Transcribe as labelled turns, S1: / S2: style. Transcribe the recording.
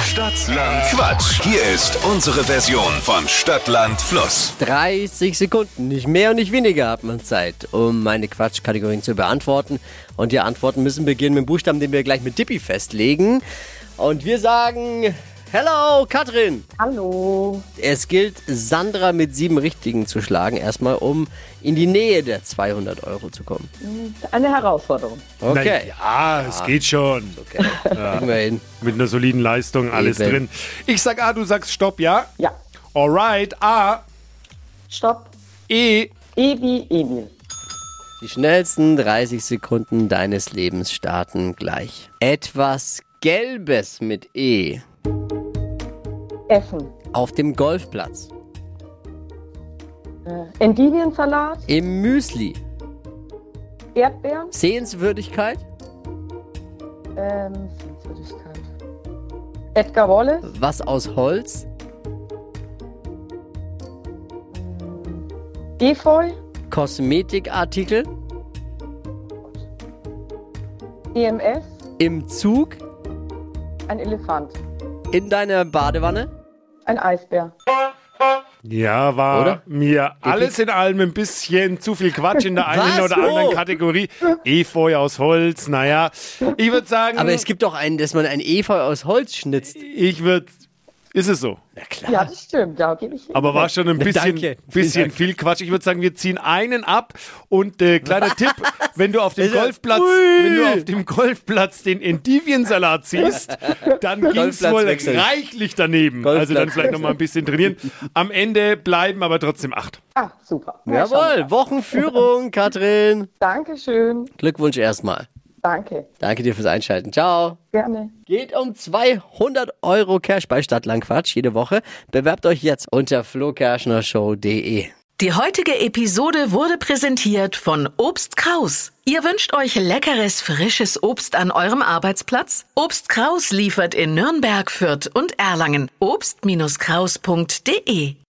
S1: Stadtland Quatsch. Hier ist unsere Version von Stadtland Fluss.
S2: 30 Sekunden, nicht mehr und nicht weniger hat man Zeit, um meine Quatschkategorien zu beantworten. Und die Antworten müssen beginnen mit dem Buchstaben, den wir gleich mit Dippy festlegen. Und wir sagen, hello Katrin.
S3: Hallo.
S2: Es gilt, Sandra mit sieben Richtigen zu schlagen, erstmal um in die Nähe der 200 Euro zu kommen.
S3: Eine Herausforderung.
S2: Okay,
S4: Na ja, es geht schon.
S2: kriegen wir hin.
S4: Mit einer soliden Leistung, alles
S2: Eben.
S4: drin. Ich sag A, du sagst Stopp, ja?
S3: Ja.
S4: Alright, A,
S3: Stopp.
S4: E.
S3: E wie Emil.
S2: Die schnellsten 30 Sekunden deines Lebens starten gleich. Etwas Gelbes mit E
S3: Essen.
S2: auf dem Golfplatz,
S3: Äh, Endiviensalat.
S2: im Müsli,
S3: Erdbeeren.
S2: Sehenswürdigkeit,
S3: Ähm, Sehenswürdigkeit. Edgar Wallace.
S2: was aus Holz,
S3: Efeu.
S2: Kosmetikartikel,
S3: EMS.
S2: im Zug,
S3: E Ein Elefant.
S2: in deiner Badewanne.
S3: Ein Eisbär.
S4: Ja, war
S2: Oder?
S4: mir alles in allem ein bisschen zu viel Quatsch in der einen
S2: Was?
S4: oder
S2: Wo?
S4: anderen Kategorie. Efeu aus Holz, naja. Ich würde sagen,
S2: Aber es gibt doch einen, dass man ein Efeu aus Holz schnitzt.
S4: ich würde. Ist es so?
S2: Na klar.
S3: Ja, das stimmt. Ja, gebe ich hin.
S4: Aber war schon ein bisschen,
S2: Danke.
S4: bisschen viel Quatsch. Ich würde sagen, wir ziehen einen ab. Und äh, kleiner Tipp, wenn du auf dem
S2: Ist er-
S4: Golfplatz,
S2: Also, Ui.
S4: wenn du auf dem Golfplatz den Endiviensalat ziehst, dann ging's
S2: Golfplatz
S4: wohl
S2: wechseln.
S4: reichlich daneben.
S2: Golfplatz
S4: also dann vielleicht noch mal ein bisschen trainieren. Am Ende bleiben aber trotzdem acht.
S3: Ah, super. Ja, schon.
S2: Jawohl, Wochenführung, Katrin.
S3: Dankeschön.
S2: Glückwunsch erstmal.
S3: Danke.
S2: Danke dir fürs Einschalten. Ciao.
S3: Gerne.
S2: Geht um 200 Euro Cash bei Stadtlandquatsch jede Woche. Bewerbt euch jetzt unter flokerschnershow.de.
S5: Die heutige Episode wurde präsentiert von Obst Kraus. Ihr wünscht euch leckeres, frisches Obst an eurem Arbeitsplatz? Obst Kraus liefert in Nürnberg, Fürth und Erlangen. Obst-Kraus.de